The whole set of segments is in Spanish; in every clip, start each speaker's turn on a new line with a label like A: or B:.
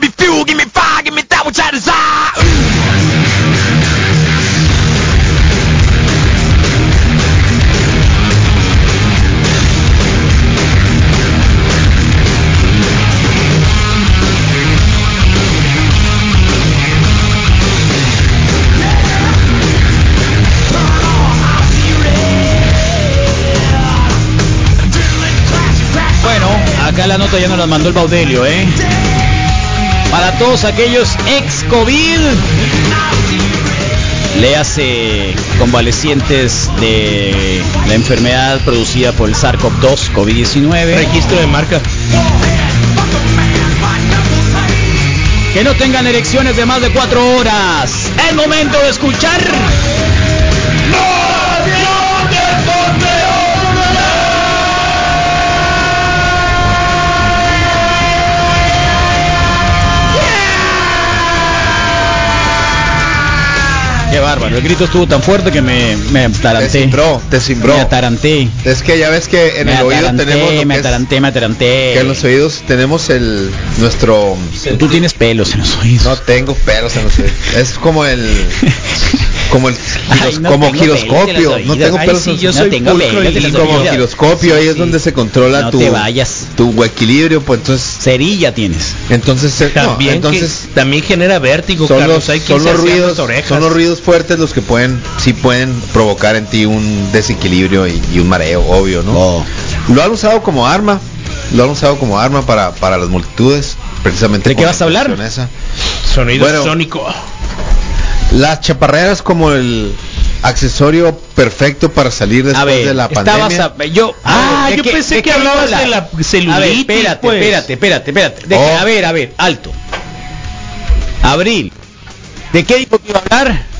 A: me fuel, give me fire, give me that which I desire. Ooh.
B: Bueno, acá la nota ya nos la mandó el Baudelio, ¿eh? Para todos aquellos ex-COVID, le hace convalecientes de la enfermedad producida por el SARS-CoV-2, COVID-19,
C: Registro de marca.
B: que no tengan erecciones de más de cuatro horas. Es momento de escuchar. Qué bárbaro, el grito estuvo tan fuerte que me, me
C: Te
B: ataranté.
C: cimbró, te cimbró.
B: Me ataranté.
C: Es que ya ves que en
B: me
C: el oído
B: ataranté,
C: tenemos lo
B: me
C: que, es-
B: ataranté, me ataranté.
C: que en los oídos tenemos el nuestro
B: Tú tienes pelos en los oídos.
C: no tengo pelos en los oídos. Es como el como el giros-
B: Ay, no
C: como
B: tengo pelos en los
C: giroscopio, no
B: oídos.
C: tengo
B: Ay,
C: pelos
B: sí,
C: en los
B: yo
C: oídos.
B: soy tengo
C: pulcro
B: pelos en
C: y
B: los
C: como
B: oídos.
C: giroscopio ahí es
B: Sí.
C: donde se controla
B: No
C: tu
B: te vayas.
C: tu equilibrio, pues entonces
B: Cerilla tienes.
C: entonces eh, no,
D: También,
C: entonces
D: que- también genera vértigo,
C: son
D: Carlos,
C: los,
D: hay que
C: son
D: irse
C: los
D: hacia
C: ruidos
D: las orejas.
C: son los ruidos fuertes los que pueden sí pueden provocar en ti un desequilibrio y, y un mareo obvio no lo han usado como arma lo han usado como arma para para las multitudes precisamente
B: ¿De qué
C: con
B: vas
C: la
B: a hablar?
C: cuestión esa.
D: Sonido
C: Bueno.
D: sónico.
C: las chaparreras como el accesorio perfecto para salir después
B: A ver,
C: de la
B: estabas
C: pandemia
B: a- yo.
D: Ah,
B: a ver,
D: yo
B: ¿de qué-
D: pensé
B: de
D: que
B: qué
D: hablabas
B: habla?
D: de la celulitis,
B: A ver, espérate,
D: pues.
B: espérate, espérate, espérate. De-
C: Oh.
B: A ver, a ver, alto. Abril. ¿De qué dijo que iba a hablar?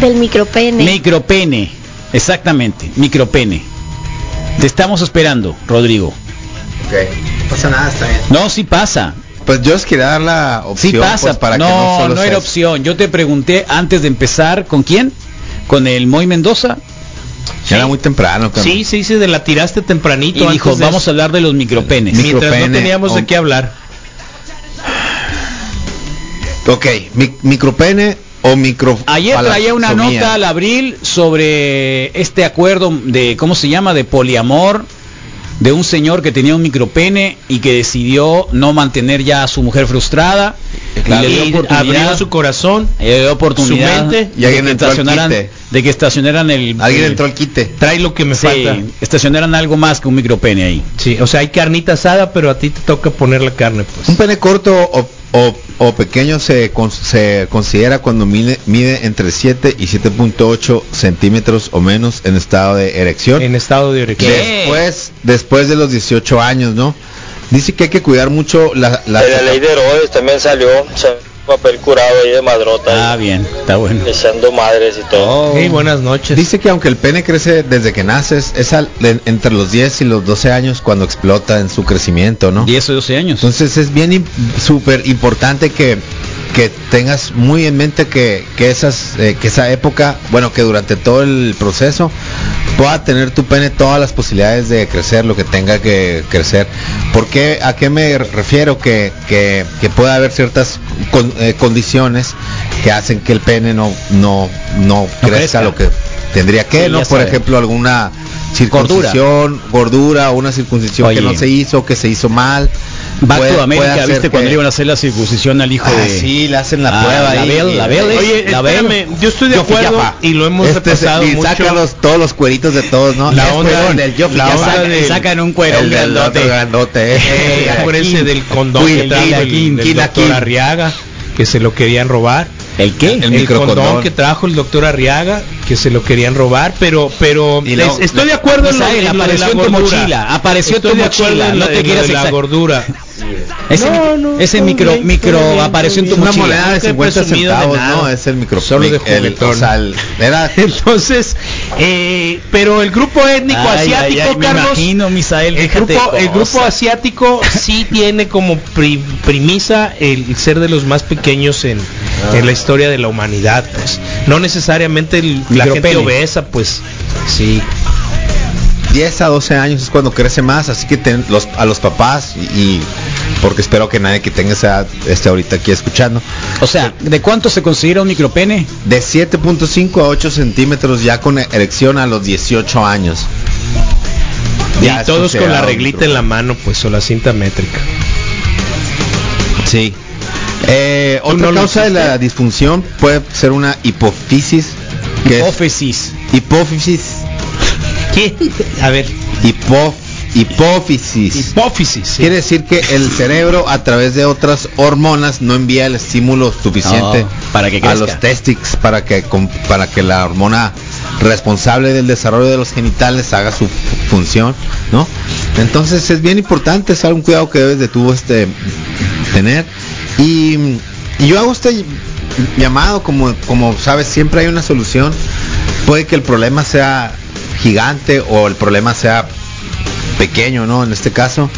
E: Del micropene.
B: Micropene. Exactamente, micropene. Te estamos esperando, Rodrigo.
F: No pasa nada, está bien.
B: No, sí pasa.
C: pues yo les quería dar la
B: Sí
C: opción
B: pasa.
C: pues, para
B: no,
C: que no
B: no,
C: solo
B: era
C: seas-
B: opción. Yo te pregunté antes de empezar, ¿con quién? ¿Con el Moy Mendoza?
C: Ya era muy temprano cabrón.
D: Sí, sí, sí, de la tiraste tempranito.
B: Y dijo,
D: antes de
B: vamos a
D: eso.
B: hablar de los micropenes.
C: Mi-
D: Mientras no
C: micropene,
D: teníamos
C: hom-
D: de qué hablar.
C: ok mi- micropene o micro
B: Ayer traía una
C: palasomía.
B: nota al abril sobre este acuerdo de, ¿cómo se llama?, de poliamor, de un señor que tenía un micropene y que decidió no mantener ya a su mujer frustrada.
C: Claro.
B: Y le dio
D: Y
B: oportunidad.
D: abrió su corazón.
B: le dio oportunidad
D: su mente,
C: y alguien
B: de, que
C: entró al
B: estacionaran,
C: quite.
B: de que estacionaran el...
C: alguien
B: el-
C: entró al quite
D: Trae lo que me
B: sí,
D: falta.
B: estacionaran algo más que un micropene ahí.
D: Sí, o sea, hay carnita asada, pero a ti te toca poner la carne, pues.
C: Un pene corto o, o- o pequeño se, con- se considera cuando mide, mide entre 7 y 7.8 centímetros o menos en estado de erección.
D: En estado de erección.
B: ¿Qué?
C: Después, después de los 18 años, ¿no? Dice que hay que cuidar mucho la... la-
G: De la ley de Herodes también salió salió un papel curado ahí de madrota,
B: Ah, bien, está bueno.
C: Pues
G: echando madres y todo.
D: Hey, buenas noches.
C: Dice que aunque el pene crece desde que naces, es al- de- entre los 10 y los 12 años cuando explota en su crecimiento, ¿no?
B: 10 o 12 años.
C: Entonces es bien im- súper importante que, que tengas muy en mente que, que esas, eh, que esa época, bueno, que durante todo el proceso pueda tener tu pene todas las posibilidades de crecer lo que tenga que crecer. ¿Por qué, ¿A qué me refiero? Que, que, que pueda haber ciertas con- eh, condiciones que hacen que el pene no, no, no,
B: crezca.
C: crezca lo que tendría que,
B: Sí,
C: ¿no?
B: ya
C: Por
B: sabe.
C: ejemplo, alguna circuncisión, gordura, o una circuncisión que
B: Oye.
C: no se hizo, que se hizo mal.
B: Back
C: Puede-
B: to
C: puede
B: America,
C: hacer
B: ¿viste cuando
C: que-
B: le iban a hacer la circuncisión al hijo
C: Ah,
B: de...
C: sí, le hacen la
B: Ah,
C: prueba
B: la
C: ahí.
B: Bel, la Bel es-
C: Oye,
D: eh, Oye,
B: la ven.
D: espérame, yo estoy de
C: Yofi
D: acuerdo
C: Yapa.
D: y lo hemos
C: Este es-
D: repasado
C: y
D: mucho.
C: saca los- todos los cueritos de todos, ¿no?
D: La
C: Este
D: onda-
C: fue el del Yofi
D: la
C: Yapa.
D: onda
C: Saca-
D: de-
B: sacan un cuero
C: el del
B: grandote.
C: otro grandote, eh.
D: Eh, acuérdense del condón
C: Queen,
D: que trajo
C: Queen,
D: el,
C: Queen,
D: el
C: Queen,
D: doctor
C: Queen.
D: Arriaga, que se lo querían robar.
B: ¿El qué?
C: El
D: El,
C: microcondón.
D: condón que trajo el doctor Arriaga, que se lo querían robar, pero pero
C: Y luego-
D: es- estoy de acuerdo en lo,
B: Misael,
D: en lo de la
B: apareció en tu
D: gordura.
B: mochila, apareció en tu
D: Estoy de
B: mochila,
D: acuerdo en
B: no
D: lo-
B: te
D: en lo
B: quieras
D: de la
B: exact-
D: gordura.
B: Ese,
D: No,
B: mi-
D: no,
B: ese
D: todo
B: micro,
D: bien,
B: micro
D: todo bien,
B: apareció en tu
D: todo
C: Una
D: bien.
B: mochila.
C: moneda de
D: Nunca he
C: 50
D: presumido de
C: centavos,
D: nada.
C: ¿no? Es el micro.
D: Solo de
C: el-
D: juguetón.
C: o sea, el- era
D: Entonces, eh, pero el grupo étnico
B: Ay,
D: asiático,
B: ay, ay, me
D: Carlos,
B: imagino, Misael,
D: el
B: fíjate
D: grupo, el
B: cosas.
D: grupo asiático sí tiene como pri- premisa el ser de los más pequeños en, en la historia de la humanidad, pues. No necesariamente el- la gente
B: Micropene.
D: obesa, pues. Sí.
C: 10 a 12 años es cuando crece más, así que ten- los, a los papás y, y- porque espero que nadie que tenga esa edad esté ahorita aquí escuchando.
B: O sea, ¿de cuánto se considera un micropene?
C: De 7.5 a 8 centímetros ya con erección a los 18 años. Ya
D: y
C: es
D: todos con la
C: considerado
D: reglita en la mano, pues, o la cinta métrica.
C: Sí. Eh,
D: ¿Tú
C: otra
D: no lo
C: causa de
D: hiciste?
C: la disfunción puede ser una hipófisis. Que es
B: Hipófisis.
C: hipófisis.
D: ¿Qué? A ver,
C: hipo- hipófisis.
D: hipófisis. sí.
C: Quiere decir que el cerebro a través de otras hormonas no envía el estímulo suficiente
D: Oh,
B: No, para que
C: a
B: crezca.
C: los testis para que com- para que la hormona responsable del desarrollo de los genitales haga su fu- función, ¿no? Entonces es bien importante, es algún cuidado que debes de tú este tener y, y yo hago este llamado como como sabes siempre hay una solución. Puede que el problema sea gigante o el problema sea pequeño, ¿no? En este caso,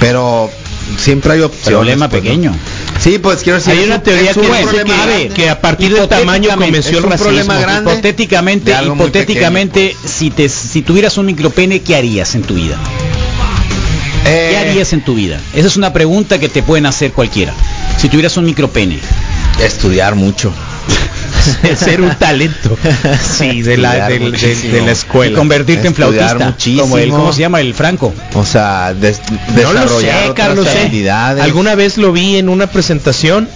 C: pero siempre hay opciones.
B: Problema
C: pues, ¿no?
B: pequeño.
C: Sí, pues quiero decir,
D: Hay
C: es
D: una
C: un-
D: teoría
C: es un
D: que dice
C: problema
D: que-
C: grande.
D: que a partir del tamaño
B: Hipotéticamente,
D: comenzó el
C: es un
D: racismo.
C: problema grande.
B: Hipotéticamente,
C: de algo muy
B: hipotéticamente,
C: pequeño,
B: si te si tuvieras un micropene, ¿qué harías en tu vida?
C: Eh,
B: ¿Qué harías en tu vida? Esa es una pregunta que te pueden hacer cualquiera. Si tuvieras un micropene.
C: estudiar mucho.
D: ser un talento. Sí, de la,
C: Estudiar
D: del- del-
C: muchísimo.
D: de la
B: Y
D: escuela.
B: convertirte en
C: Estudiar
B: flautista.
C: muchísimo.
B: Como el, ¿cómo se llama? El Franco.
C: O sea, des-
D: No
C: desarrollar
D: lo sé,
C: otras
D: Carlos. eh.
C: habilidades.
D: Alguna vez lo vi en una presentación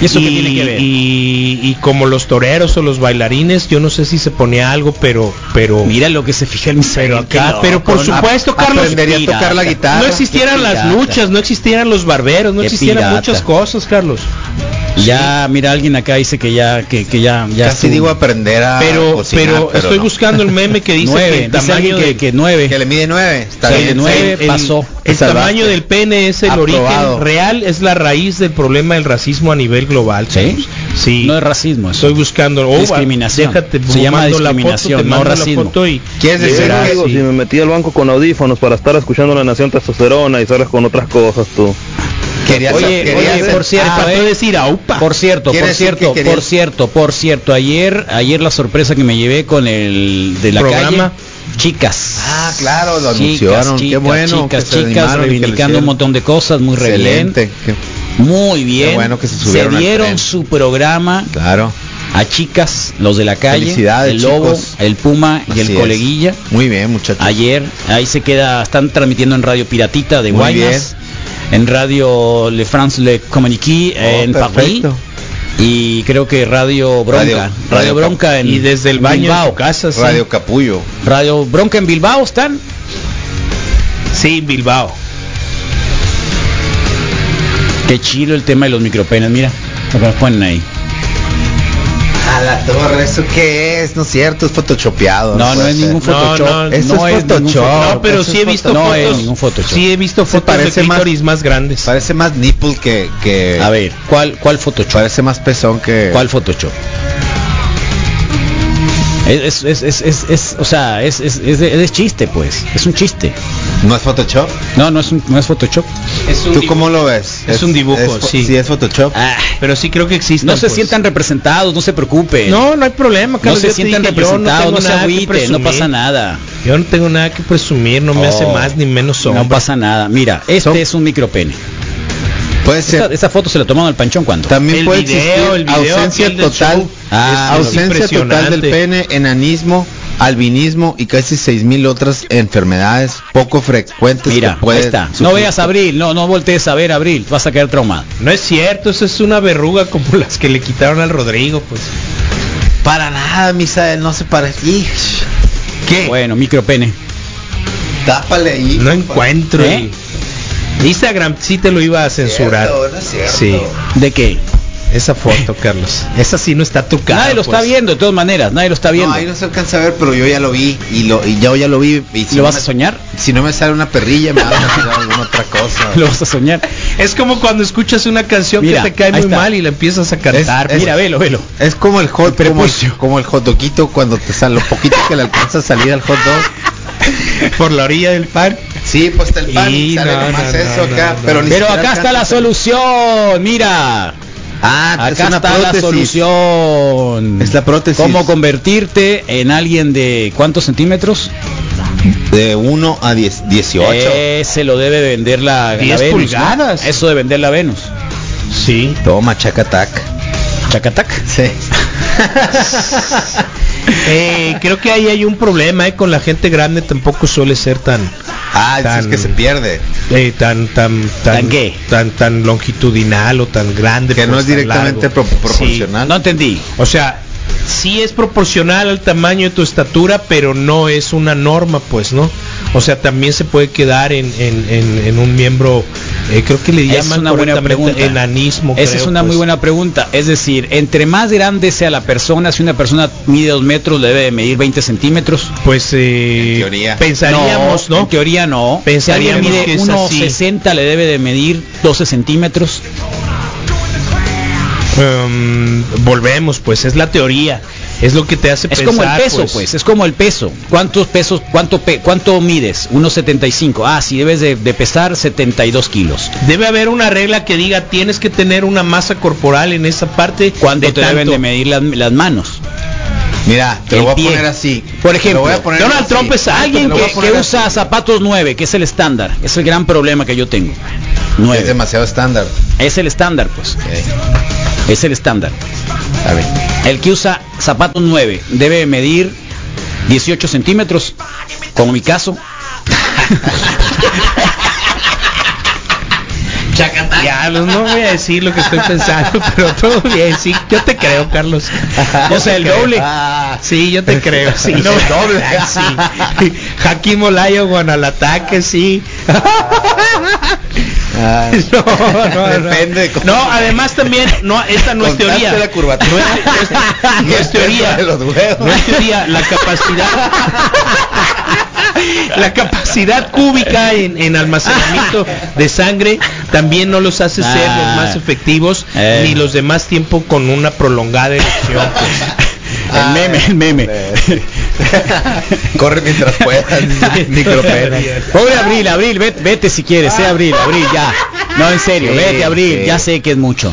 B: ¿Y eso qué
D: y-
B: tiene que ver?
D: Y, y como los toreros o los bailarines, yo no sé si se ponía algo, pero pero
B: Oh, Mira lo que se fija el Misael,
D: pero,
B: qué
D: acá-
B: loco,
D: pero por
B: ¿no?
D: supuesto,
B: Ap-
D: Carlos,
C: aprendería a
B: pirata.
C: tocar la guitarra.
D: no existieran
B: Qué
D: las
B: pirata.
D: luchas, no existieran los barberos, no
B: Qué
D: existieran
B: pirata.
D: muchas cosas, Carlos.
B: Ya, mira, alguien acá dice que ya, que, que ya, ya.
C: Casi
B: estuvo.
C: digo aprender a
D: pero
C: cocinar,
D: Ah, pero, estoy
C: no.
D: buscando el meme que dice
B: nueve,
D: que el
B: dice
D: tamaño
B: alguien que,
D: del-
B: que nueve.
C: que le mide 9, está
B: Sí,
C: bien.
B: de nueve.
D: el-
B: pasó.
D: El,
C: Te salvaste.
D: tamaño del pene es el
C: Aprobado.
D: origen real, es la raíz del problema del racismo a nivel global.
B: ¿Sí?
D: Carlos. Sí.
B: No es racismo eso.
D: Estoy buscando oh,
B: Discriminación.
D: Déjate,
B: Se llama
D: mando la
B: discriminación,
D: foto, te
B: no
D: mando la
B: racismo.
D: foto y-
C: ¿Quieres
D: y
C: decir
D: verás,
C: algo?
D: sí.
H: Si me metí al banco con audífonos para estar escuchando la nación testosterona y sales con otras cosas tú.
C: Quería
B: Oye,
C: quería
B: oye,
C: hacer-
B: por cierto,
D: Ah,
B: eh,
D: faltó decir aupa.
B: Por cierto,
C: Quiere
B: por
C: decir
B: cierto,
C: que quería-
B: por cierto, por cierto, ayer, ayer la sorpresa que me llevé con el de la
D: Programa.
B: calle, chicas.
C: Ah, claro, lo
B: Chicas,
C: anunciaron. Qué bueno
B: Chicas,
C: que se
B: chicas,
C: animaron y que lo
B: reivindicando un
C: hicieron.
B: montón de cosas, muy re bien.
C: Excelente. Qué-
B: Muy bien.
C: bueno que se subieron al
B: dieron
C: tren.
B: su programa
C: Claro.
B: a chicas, los de la calle,
C: Felicidades,
B: el lobo,
C: chicos.
B: el puma y
C: Así
B: el
C: es.
B: coleguilla.
C: Muy bien, muchachos.
B: Ayer, ahí se queda, están transmitiendo en Radio Piratita de
C: Muy
B: Guaymas, en Radio Le France Le Communique
C: Oh,
B: en París
C: perfecto.
B: y creo que Radio Bronca,
C: Radio-
B: Radio,
C: Radio
B: Bronca en
D: y desde el
B: en
D: baño de
B: Bilbao.
D: tu casa, sí.
C: Radio Capullo.
B: Radio Bronca en Bilbao están.
D: Sí, Bilbao.
B: Qué chilo el tema de los micropenes, mira, lo que nos ponen ahí.
C: A la torre, ¿eso qué es? No es cierto, es photoshopeado.
B: No, no
C: puede
B: es
C: ser.
B: ningún
D: No,
B: Photoshop.
D: no,
C: eso es
B: ningún
C: Photoshop.
B: Photoshop.
D: No, pero
C: eso
D: sí he
C: es
D: visto
B: foto- no
D: fotos.
B: es ningún Photoshop.
D: Sí he visto fotos de
C: parece más-
D: clítoris más, grandes.
C: Parece más nipple que, que-
B: A ver, ¿cuál cuál Photoshop?
C: Parece más pezón que.
B: ¿Cuál Photoshop? Es, es, es, es, es- o sea, es, es, es, es chiste, pues. Es un chiste.
C: ¿No es Photoshop?
B: No, no es, un- no es Photoshop.
D: Es un
C: ¿Tú
D: dibujo.
C: cómo lo ves?
D: Es un dibujo,
C: fo-
D: sí.
C: es Photoshop.
B: Ah,
D: Pero sí creo que existen.
B: no se
D: pues.
B: sientan representados, no se preocupen.
D: No, no hay problema,
B: No
D: Carlos.
B: se
D: yo te
B: sientan
D: dije, yo
B: representados,
D: tengo
B: no, se
D: nada que
B: agüiten, no
D: presumir.
B: pasa nada.
D: Yo no tengo nada que presumir, no me hace
B: Oh,
D: más ni menos hombre.
B: No pasa nada. Mira, este
C: Son-
B: es un micropene.
C: Puede
B: Esta,
C: ser.
B: esta foto se la tomaron al panchón cuando.
C: También
D: El
C: puede
D: video,
C: existir
D: el video
C: ausencia
D: aquel del
C: total,
D: show.
B: Ah,
C: es
B: es
C: ausencia total del
D: impresionante.
C: pene, enanismo, albinismo y casi 6000 otras enfermedades poco frecuentes
B: Mira,
C: que puede
B: ahí está. No
C: sufrir.
B: veas a Abril, no, no voltees a ver a Abril, vas a quedar traumado.
D: No es cierto, eso es una verruga como las que le quitaron al Rodrigo, pues.
C: Para nada, Misael, no se parece. Ish. ¿Qué?
B: Bueno, micropene.
C: Tápale ahí.
D: No encuentro.
B: ¿Eh?
D: el- Instagram sí te lo iba a censurar.
C: Cierto, no es cierto.
D: Sí,
B: ¿De qué?
D: esa foto, Carlos. Esa sí no está trucada.
B: nadie lo
D: pues.
B: está viendo, de todas maneras, nadie lo está
C: No,
B: viendo.
C: ahí no se alcanza a ver, pero yo ya lo vi y lo y yo ya lo vi y si
B: ¿Lo
C: no
B: vas
C: me-
B: a soñar?
C: Si no me sale una perrilla, me van a hacer alguna otra cosa.
B: Lo vas a soñar.
D: Es como cuando escuchas una canción
B: Mira,
D: que te cae
B: ahí
D: muy
B: está.
D: mal y la empiezas a cantar.
C: Es-
D: pues.
B: Mira, velo, velo.
C: Es como el hot
B: El
C: como,
B: prepucio.
C: como el hot doguito cuando te sale lo poquito que le alcanza a salir al hot dog.
D: por la orilla del pan.
C: Sí, pues está el pan,
D: Y
C: sale
D: no,
C: nomás
D: no,
C: eso
D: no,
C: acá,
D: no, no.
C: pero ni
B: Pero
C: siquiera
B: acá está la
C: alcanza.
B: solución, mira.
C: Ah,
B: Acá
C: es una
B: está la
C: prótesis.
B: solución.
C: Es la prótesis.
B: ¿Cómo convertirte en alguien de cuántos centímetros?
C: De 1 a 10, 18.
B: Ese lo debe de vender la, la
D: 10
B: Venus, ¿no?
D: pulgadas.
B: Eso de vender la Venus.
D: Sí.
C: Toma, chacatac.
B: Chacatac.
C: Sí.
D: Eh, creo que ahí hay un problema, eh, con la gente grande tampoco suele ser tan
C: Ah,
D: Tan-
C: es que se pierde.
D: eh, tan, tan tan
B: ¿Tan qué?
D: tan tan longitudinal o tan grande
C: Que no
D: pues,
C: es
D: tan
C: directamente
D: largo.
C: pro-
D: Sí.
C: proporcional.
B: No entendí.
D: O sea, sí es proporcional al tamaño de tu estatura, pero no es una norma, pues, ¿no? O sea, también se puede quedar en, en- en- en un miembro, eh, creo que le
B: Esa
D: llaman
B: es una buena
D: correctamente
B: pregunta.
D: enanismo.
B: Esa
D: creo,
B: es una
D: pues.
B: muy buena pregunta. Es decir, entre más grande sea la persona, si una persona mide dos metros, le debe de medir 20 centímetros.
D: Pues eh,
C: En teoría.
D: pensaríamos, ¿no?
B: En teoría no.
D: Pensaríamos
B: Si alguien
D: que es
B: mide
D: así.
B: 1,60 le debe de medir 12 centímetros.
D: Em, volvemos, pues, es la teoría. Es lo que te hace
B: Es
D: pensar.
B: como el peso, pues. es como el peso. ¿Cuántos pesos, cuánto, pe- cuánto mides? 1,75. Ah, si debes de, de pesar 72 kilos.
D: Debe haber una regla que diga tienes que tener una masa corporal en esa parte.
B: ¿Cuánto
D: de
B: te deben
D: tanto.
B: de medir las, las manos?
C: Mira, te
B: El
C: lo voy a
B: pie.
C: poner así.
B: Por
C: Te
B: ejemplo,
C: lo voy a poner
D: Donald
C: así.
D: Trump es
B: Alguien
D: Te lo voy a
B: que, que
D: poner así.
B: usa zapatos 9, que es el estándar. Es el gran problema que yo tengo.
C: Es
B: 9.
C: demasiado estándar.
B: Es el estándar, pues. Es el estándar.
C: A ver.
B: El que usa zapatos 9 debe medir 18 centímetros, como mi caso.
D: Ya, no no voy a decir lo que estoy pensando, pero todo bien, sí, yo te creo, Carlos. O sea, el doble.
C: Ah.
D: Sí, yo te creo, sí. No, doble. sí. Jaquim Olayo, Guanalataque, sí.
B: Ah,
D: No, no, no.
C: Depende de cómo-
D: No, además también, no, esta no es
C: Contaste
D: teoría.
C: la curvatura.
D: No es- no es- no es teoría.
C: De los huevos.
D: No es teoría, la capacidad. La capacidad cúbica en, en almacenamiento de sangre también no los hace ser
B: Ah.
D: los más efectivos
B: Eh.
D: ni los de más tiempo con una prolongada erección.
B: El meme, el meme.
C: Ah, Corre mientras puedas. Micropena.
B: Pobre Abril, Abril, vete, vete si quieres, eh, Abril, Abril, ya. No, en serio,
C: Sí,
B: vete, Abril,
C: sí.
B: ya sé que es mucho.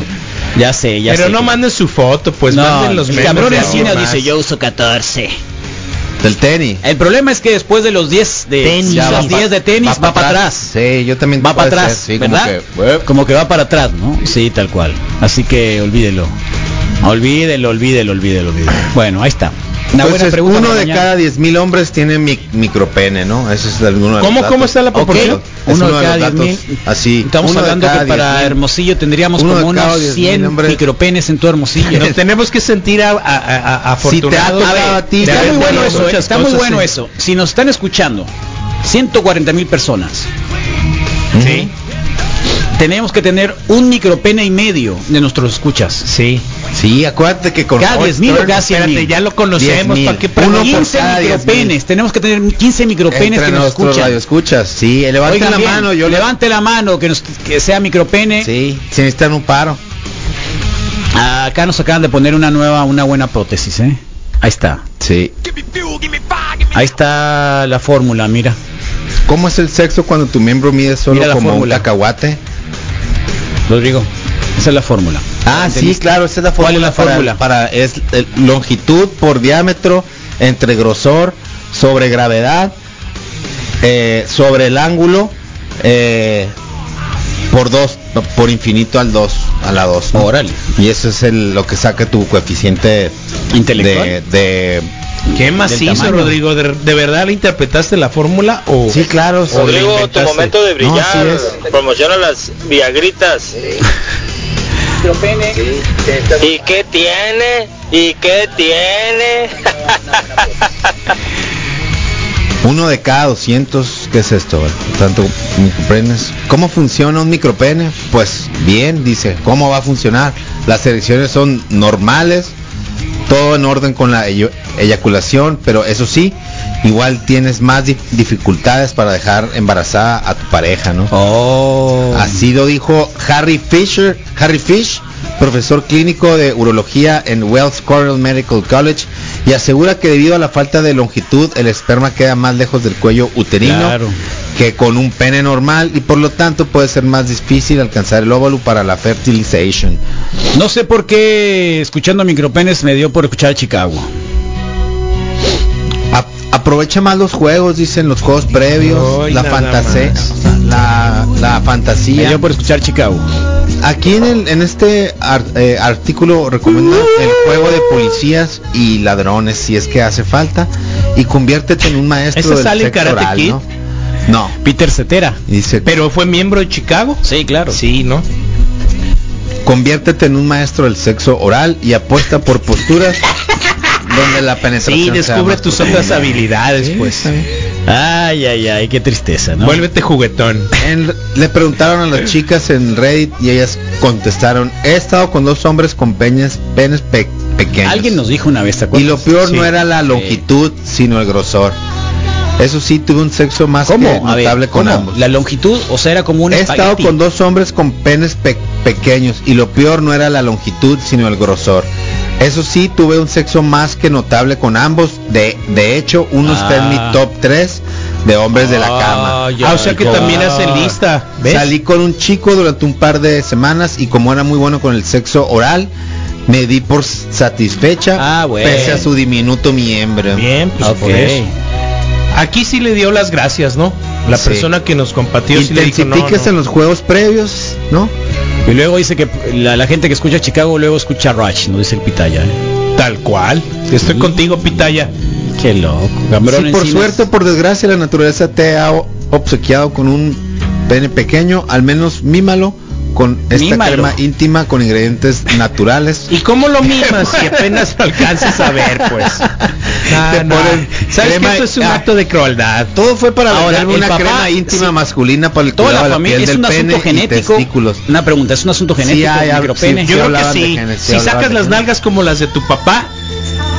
B: Ya sé, ya
D: Pero
B: sé.
D: no
B: que-
D: manden su foto, pues
B: No,
D: manden los
B: el
D: memes
B: cabrón
D: de
B: del
D: alguien
B: cine
D: más.
B: dice, yo uso 14.
C: Del tenis.
B: El problema es que después de los 10 de
D: Tenis.
B: si
D: Eh, Ya
B: usas
D: va
B: 10 de tenis va, para atrás.
C: Sí, yo también.
B: Va para
C: puede
B: atrás,
C: ser, sí, como
B: ¿verdad?
C: que, eh,
B: Como que va para atrás, ¿no? Sí, tal cual. Así que olvídelo. Olvídelo, olvídelo, olvídelo, olvídelo. Bueno, ahí está. Una buena
C: Entonces,
B: pregunta
C: uno
B: para
C: de
B: mañana.
C: cada diez mil hombres tiene mi, micropene, ¿no? Eso es alguno de los
D: ¿Cómo-
C: datos.
D: cómo está la
C: Ok.
D: proporción?
C: Es
B: Uno de
C: los
B: cada
C: datos.
B: 10.000.
C: Así.
B: Estamos
C: uno de
B: hablando
C: cada
B: que para
C: 10.000.
B: Hermosillo tendríamos
C: Uno de
B: como
C: cada
B: unos
C: 10.000
B: 100
C: hombres.
B: micropenes en todo Hermosillo.
D: Nos tenemos que sentir a, a- a- a-
C: Si te ha
D: afortunados.
C: tocado
D: de-
C: a ti,
D: de
B: Está
C: ya
D: haber
B: muy
C: ves,
B: bueno
D: tenido
B: eso, ¿eh?
D: muchas
B: está muy
D: cosas,
B: bueno
D: sí.
B: eso. Si nos están escuchando, 140 mil personas,
D: Sí,
B: tenemos que tener un micropene y medio de nuestros escuchas.
D: sí.
C: Sí, acuérdate que con
B: Cada
C: hoy-
B: 10.000 o
C: hoy-
B: cada 100
D: Espérate, ya lo conocemos,
C: 10,000.
D: ¿para qué
C: Uno por
B: 15
C: cada 10.000.
B: micropenes, tenemos que tener 15 micropenes
C: entre
B: que nos
C: nuestros
B: escuchan.
C: radioescuchas. Sí, eh, levanten
B: Oigan
C: la
B: bien, Eh.
C: mano, yo le-
B: levante la mano que, nos, que sea micropene.
C: Sí, si necesitan un paro.
B: Acá nos acaban de poner una nueva, una buena prótesis, ¿eh? Ahí está.
C: Sí.
B: Ahí está la fórmula, mira.
C: ¿Cómo es el sexo cuando tu miembro mide solo
B: Mira la
C: como
B: fórmula.
C: un cacahuate?
B: Rodrigo, esa es la fórmula.
C: Ah, sí,
B: ¿Entendiste?
C: claro, esa es la fórmula.
B: ¿Cuál es la
C: para-
B: fórmula?
C: Para, es eh, longitud por diámetro entre grosor sobre gravedad eh, sobre el ángulo eh, por 2 por infinito al 2 a la 2.
B: Órale.
C: Y eso es el, lo que saca tu coeficiente
B: Intelectual.
C: de, de-
D: Qué macizo,
B: tamaño.
D: Rodrigo. ¿De, de verdad le interpretaste la fórmula o
C: Sí, claro. sí.
D: lo
G: Pues, Rodrigo, tu
D: inventaste.
G: momento de brillar.
C: No, así
G: Promociona las viagritas. ¿Y qué tiene? ¿Y qué tiene?
C: Uno de cada 200, ¿qué es esto? Tanto micropenes. ¿Cómo funciona un micropene? Pues bien, dice, ¿cómo va a funcionar? Las erecciones son normales, todo en orden con la eyo- eyaculación, pero eso sí, igual tienes más dif- dificultades para dejar embarazada a tu pareja, ¿no?
B: Oh.
C: Así lo dijo Harry Fisher, Harry Fish, profesor clínico de urología en Wells Coral Medical College, y asegura que debido a la falta de longitud el esperma queda más lejos del cuello uterino
B: Claro.
C: que con un pene normal y por lo tanto puede ser más difícil alcanzar el óvulo para la fertilization.
B: No sé por qué escuchando micropenes me dio por escuchar Chicago.
C: A- Aprovecha más los juegos, dicen los juegos previos,
D: Ay,
C: la,
D: nada
C: fantasía, la, la fantasía.
B: Yo por escuchar Chicago.
C: Aquí en, el, en este ar- eh, artículo recomienda el juego de policías y ladrones si es que hace falta y conviértete en un maestro
D: ¿Ese
C: del
D: sale en
C: sexo
D: Karate
C: oral,
D: Kid?
C: ¿no? No,
B: Peter Cetera.
C: dice,
D: Pero fue miembro de Chicago.
B: Sí, claro.
D: Sí, ¿no?
C: conviértete en un maestro del sexo oral y apuesta por posturas donde la penetración
D: Sí,
C: sea
D: descubre
C: más
D: tus
C: profunda.
D: otras habilidades, pues.
C: está bien.
B: Ay, ay, ay, qué tristeza, ¿no?
D: Vuélvete juguetón.
C: En- le preguntaron a las chicas en Reddit y ellas contestaron, he estado con dos hombres con peñas, penes pe- pequeños.
B: Alguien nos dijo una vez, ¿te
C: y
B: acuerdas?
C: lo peor
B: Sí.
C: no era la
B: Sí.
C: longitud, sino el grosor. Eso sí, tuve un sexo más que
B: ¿Cómo? A ver,
C: notable con
B: ¿cómo?
C: ambos.
B: La longitud, o sea, era como un
C: He estado
B: espagueti.
C: con dos hombres con penes pe- pequeños y lo peor no era la longitud, sino el grosor. Eso sí, tuve un sexo más que notable con ambos. De, de hecho, uno está en mi
B: Ah.
C: top 3 de hombres de la cama.
B: Ay,
D: Ah, o sea
B: ay,
D: que
B: cómo.
D: también hace lista. ¿Ves?
C: Salí con un chico durante un par de semanas y como era muy bueno con el sexo oral, me di por satisfecha
B: Ah, bueno.
C: pese a su diminuto miembro.
D: Bien, pues
B: Ah, Ok.
D: por eso. Aquí sí le dio las gracias, ¿no? La
C: Sí.
D: persona que nos compartió sí le dijo, no,
C: Intensifíquese en
D: no.
C: los juegos previos, ¿no?
B: Y luego dice que la, la gente que escucha Chicago luego escucha Rush, no dice el Pitaya. ¿eh?
D: Tal cual. Estoy
B: Sí.
D: contigo, Pitaya.
B: Qué loco.
C: si por suerte o por desgracia la naturaleza te ha o- obsequiado con un pene pequeño, al menos mímalo con esta
B: Mímalo.
C: crema íntima con ingredientes naturales.
D: ¿Y cómo lo mimas si apenas lo alcanzas a ver, pues? No,
C: Te
D: no.
C: ponen
D: ¿Sabes que
C: crema-
D: esto es un
C: ah.
D: acto de crueldad?
C: Todo fue para
B: Ahora,
C: vender
B: el
C: una
B: papá-
C: crema íntima
B: sí.
C: masculina para el
B: Toda
C: cuidado
B: la
C: de
B: familia
C: piel
B: es
C: del
B: un
C: pene
B: asunto
C: y
B: genético.
C: testículos.
B: Una pregunta, es un asunto genético.
C: hay
B: el
C: algo-
B: micropene.
C: sí,
D: Yo creo que
C: hablaban de
D: sí.
C: genes, sí
D: si
C: hablaban
D: sacas
C: de
D: las
C: genes.
D: nalgas como las de tu papá,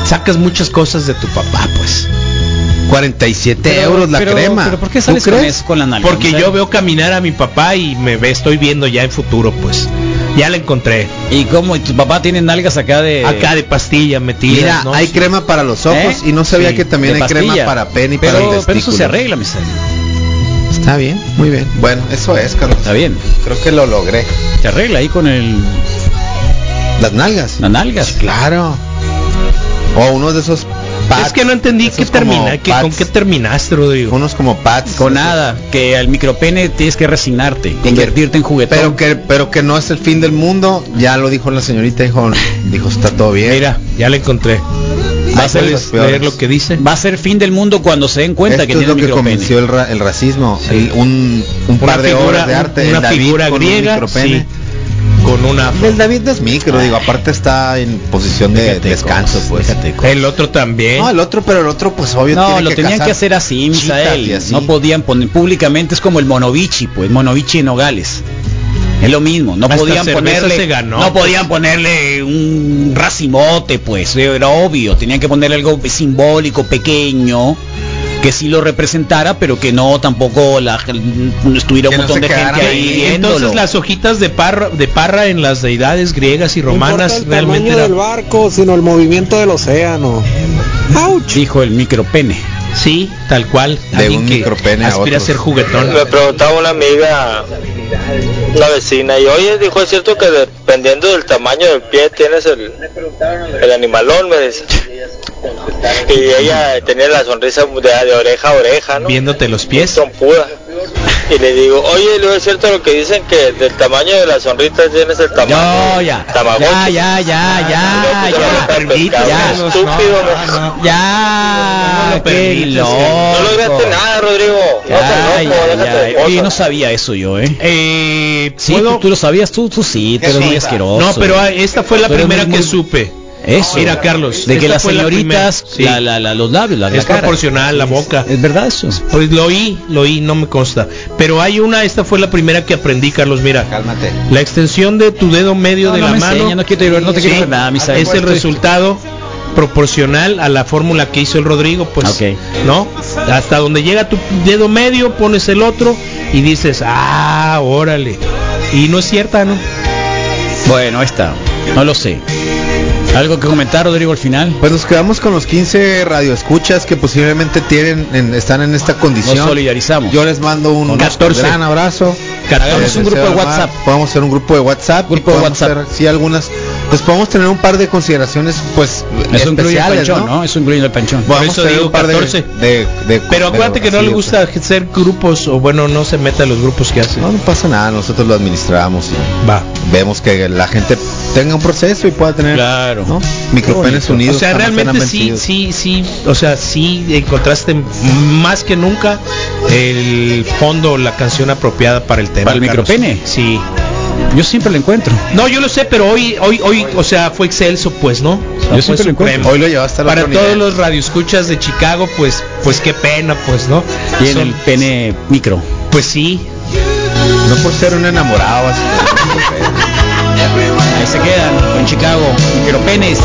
D: sacas muchas cosas de tu papá, pues.
C: 47 euros la
B: pero-
C: crema.
B: Pero ¿por qué
C: ¿Tú
B: sales con,
C: crees?
B: eso, con la nalga?
D: Porque
B: O sea,
D: yo veo caminar a mi papá y me ve, estoy viendo ya en futuro, pues. Ya la encontré.
B: ¿Y cómo? ¿Y tu papá tiene nalgas acá de...?
D: Acá de pastilla metidas,
C: Mira,
D: ¿no?
C: hay
D: Sí.
C: crema para los ojos
B: ¿Eh?
C: y no sabía
B: Sí,
C: que también
B: de
C: hay crema
B: pastilla.
C: para pene y
B: pero,
C: para el
B: Pero eso
C: testículo.
B: se arregla, mi señor.
C: Está bien, muy bien. Bueno, eso es, Carlos.
B: Está bien.
C: Creo que lo logré.
B: Se arregla ahí con el...
C: Las nalgas.
B: las nalgas.
C: Claro. O uno de esos pads.
D: es que no entendí
C: esos
D: qué
C: como
D: termina, que,
C: pads.
D: con qué terminaste, Rodrigo.
C: Unos como pads.
B: Con nada, que al micropene tienes que resignarte, convertirte en juguetón.
C: Pero que, pero que no es el fin del mundo. Ya lo dijo la señorita. Dijo, dijo está todo bien.
D: Mira, ya la encontré.
C: Hay
D: ¿Vas a
C: cosas peores.
D: leer lo que dice?
B: va a ser fin del mundo cuando se den cuenta
C: Esto
B: que
C: es
B: tiene
C: lo que
B: micropene.
C: convenció el, ra- el racismo. El- un un
D: Una
C: par de
D: figura-
C: obras de arte.
D: una
C: el David
D: figura
C: con un
D: griega,
C: micropene.
D: Con una.
C: El David no es micro, digo, aparte está en posición de descanso, pues.
D: El otro también.
C: No, el otro, pero el otro, pues obvio.
B: No,
C: tiene
B: lo tenían
C: cazar
B: que hacer así,
C: chitas y
B: Misael.
C: así.
B: No podían poner públicamente, es como el Monovichi, pues, Monovichi en Nogales. Es lo mismo, no
D: Hasta
B: podían
D: cerveza
B: ponerle
D: se ganó,
B: no
D: pues.
B: podían ponerle un racimote, pues, era obvio, tenían que ponerle algo simbólico, pequeño, que sí lo representara, pero que no tampoco la, no estuviera un
C: Que no
B: montón de
C: se
B: gente
C: quedara
B: ahí
C: ahí.
B: viéndolo.
D: Entonces las hojitas de parra, de parra en las deidades griegas y romanas realmente
I: tamaño
D: era-
I: del barco, sino el movimiento del océano. ¡Auch!
B: dijo el micropene.
D: Sí, tal cual.
C: De
D: Alguien
C: un
D: que
B: Ah,
C: micropene a
D: Aspira a,
C: otro.
D: ser juguetón.
G: Me preguntaba una amiga, una vecina, y oye, dijo, es cierto que dependiendo del tamaño del pie tienes el, el animalón, me dice. Y ella tenía la sonrisa de, de oreja a oreja, ¿no?
D: Viéndote los pies.
G: Trompuda. Y le digo, oye, luego es cierto lo que dicen que del tamaño de la sonrita tienes el tamaño.
B: No,
G: del
B: ya. Ya,
G: Tamagotchi".
B: ya, ya, ya,
G: Y luego pues,
B: ya.
G: te lo pescado,
B: ya.
G: Estúpido, me-
D: No, no, no.
B: Ya,
D: No lo
B: qué
D: permites,
B: loco.
G: No lograste nada, Rodrigo. No
B: Ya,
G: te
B: ya,
G: loco, déjate
B: ya.
G: de
B: Oye, no
G: cosas.
B: sabía eso yo, ¿eh?
D: Eh,
B: Sí,
D: ¿puedo?
B: tú, tú lo sabías, tú, tú sí, tú eres muy asqueroso.
D: No, pero ah, esta fue la
B: Tú eres
D: primera
B: muy-
D: que
B: muy-
D: supe.
B: Eso.
D: Mira, Carlos,
B: De que
D: esta
B: las
D: fue la
B: señoritas,
D: primera.
B: la
D: Sí.
B: la, la- los labios, la, la
D: Es
B: cara.
D: proporcional, la boca.
B: Es verdad eso.
D: Pues lo oí, lo oí, no me consta. Pero hay una, esta fue la primera que aprendí, Carlos. Mira,
C: Cálmate.
D: la extensión de tu dedo medio
B: No,
D: de
B: no
D: la
B: me
D: mano
B: enseña, no quiero- no te quiero ver nada, Misael.
D: es el
B: Estoy-
D: resultado proporcional a la fórmula que hizo el Rodrigo, pues,
B: Ok.
D: ¿no? Hasta donde llega tu dedo medio, pones el otro y dices, ah, órale. Y no es cierta, ¿no?
B: Bueno, ahí está. No lo sé. ¿Algo que comentar, Rodrigo, al final?
C: Pues nos quedamos con los 15 radioescuchas que posiblemente tienen, en- están en esta
B: Nos
C: condición.
B: solidarizamos.
C: Yo les mando un
D: 14.
C: gran abrazo.
B: Hagamos
C: Les
B: un grupo
C: deseo
B: de
C: armar-
B: WhatsApp.
C: Podemos hacer un grupo de WhatsApp. y
B: Grupo de
C: podemos
B: WhatsApp.
C: hacer, sí, algunas Entonces podemos tener un par de consideraciones, pues,
B: Eso incluye el
C: especiales,
B: panchón, ¿no? Eso incluye el panchón.
D: Por
C: Vamos
D: eso
C: a tener
D: digo
C: un par de,
D: 14.
C: de- de-
D: Pero acuérdate que no
C: así,
D: le
C: o
D: gusta
C: sea,
D: ser grupos o bueno, no se mete a los grupos que hace.
C: No, no pasa nada, nosotros lo administramos y
D: Va.
C: vemos que la gente tenga un proceso y pueda tener
B: Claro.
C: ¿no? micropenes unidos.
D: O sea,
C: jamás
D: realmente
C: serán
D: sí,
C: vencidos.
D: sí, sí. O sea, sí encontraste más que nunca el fondo, la canción apropiada para el tema.
B: ¿Para el
D: Carlos.
B: micropene?
D: Sí.
B: Yo siempre lo encuentro.
D: No, yo lo sé, pero hoy, hoy, hoy, o sea, fue excelso, pues, ¿no? O sea,
B: Yo
D: fue
B: siempre lo encuentro.
D: supremo.
C: Hoy lo llevaste al
D: Para
C: otro
D: todos
C: nivel.
D: los radioescuchas de Chicago, pues, pues qué pena, pues, ¿no?
B: Y en
D: Son-
B: el pene micro.
D: Pues sí.
C: No por ser un enamorado. así.
B: Ahí se quedan con Chicago. Micropenes.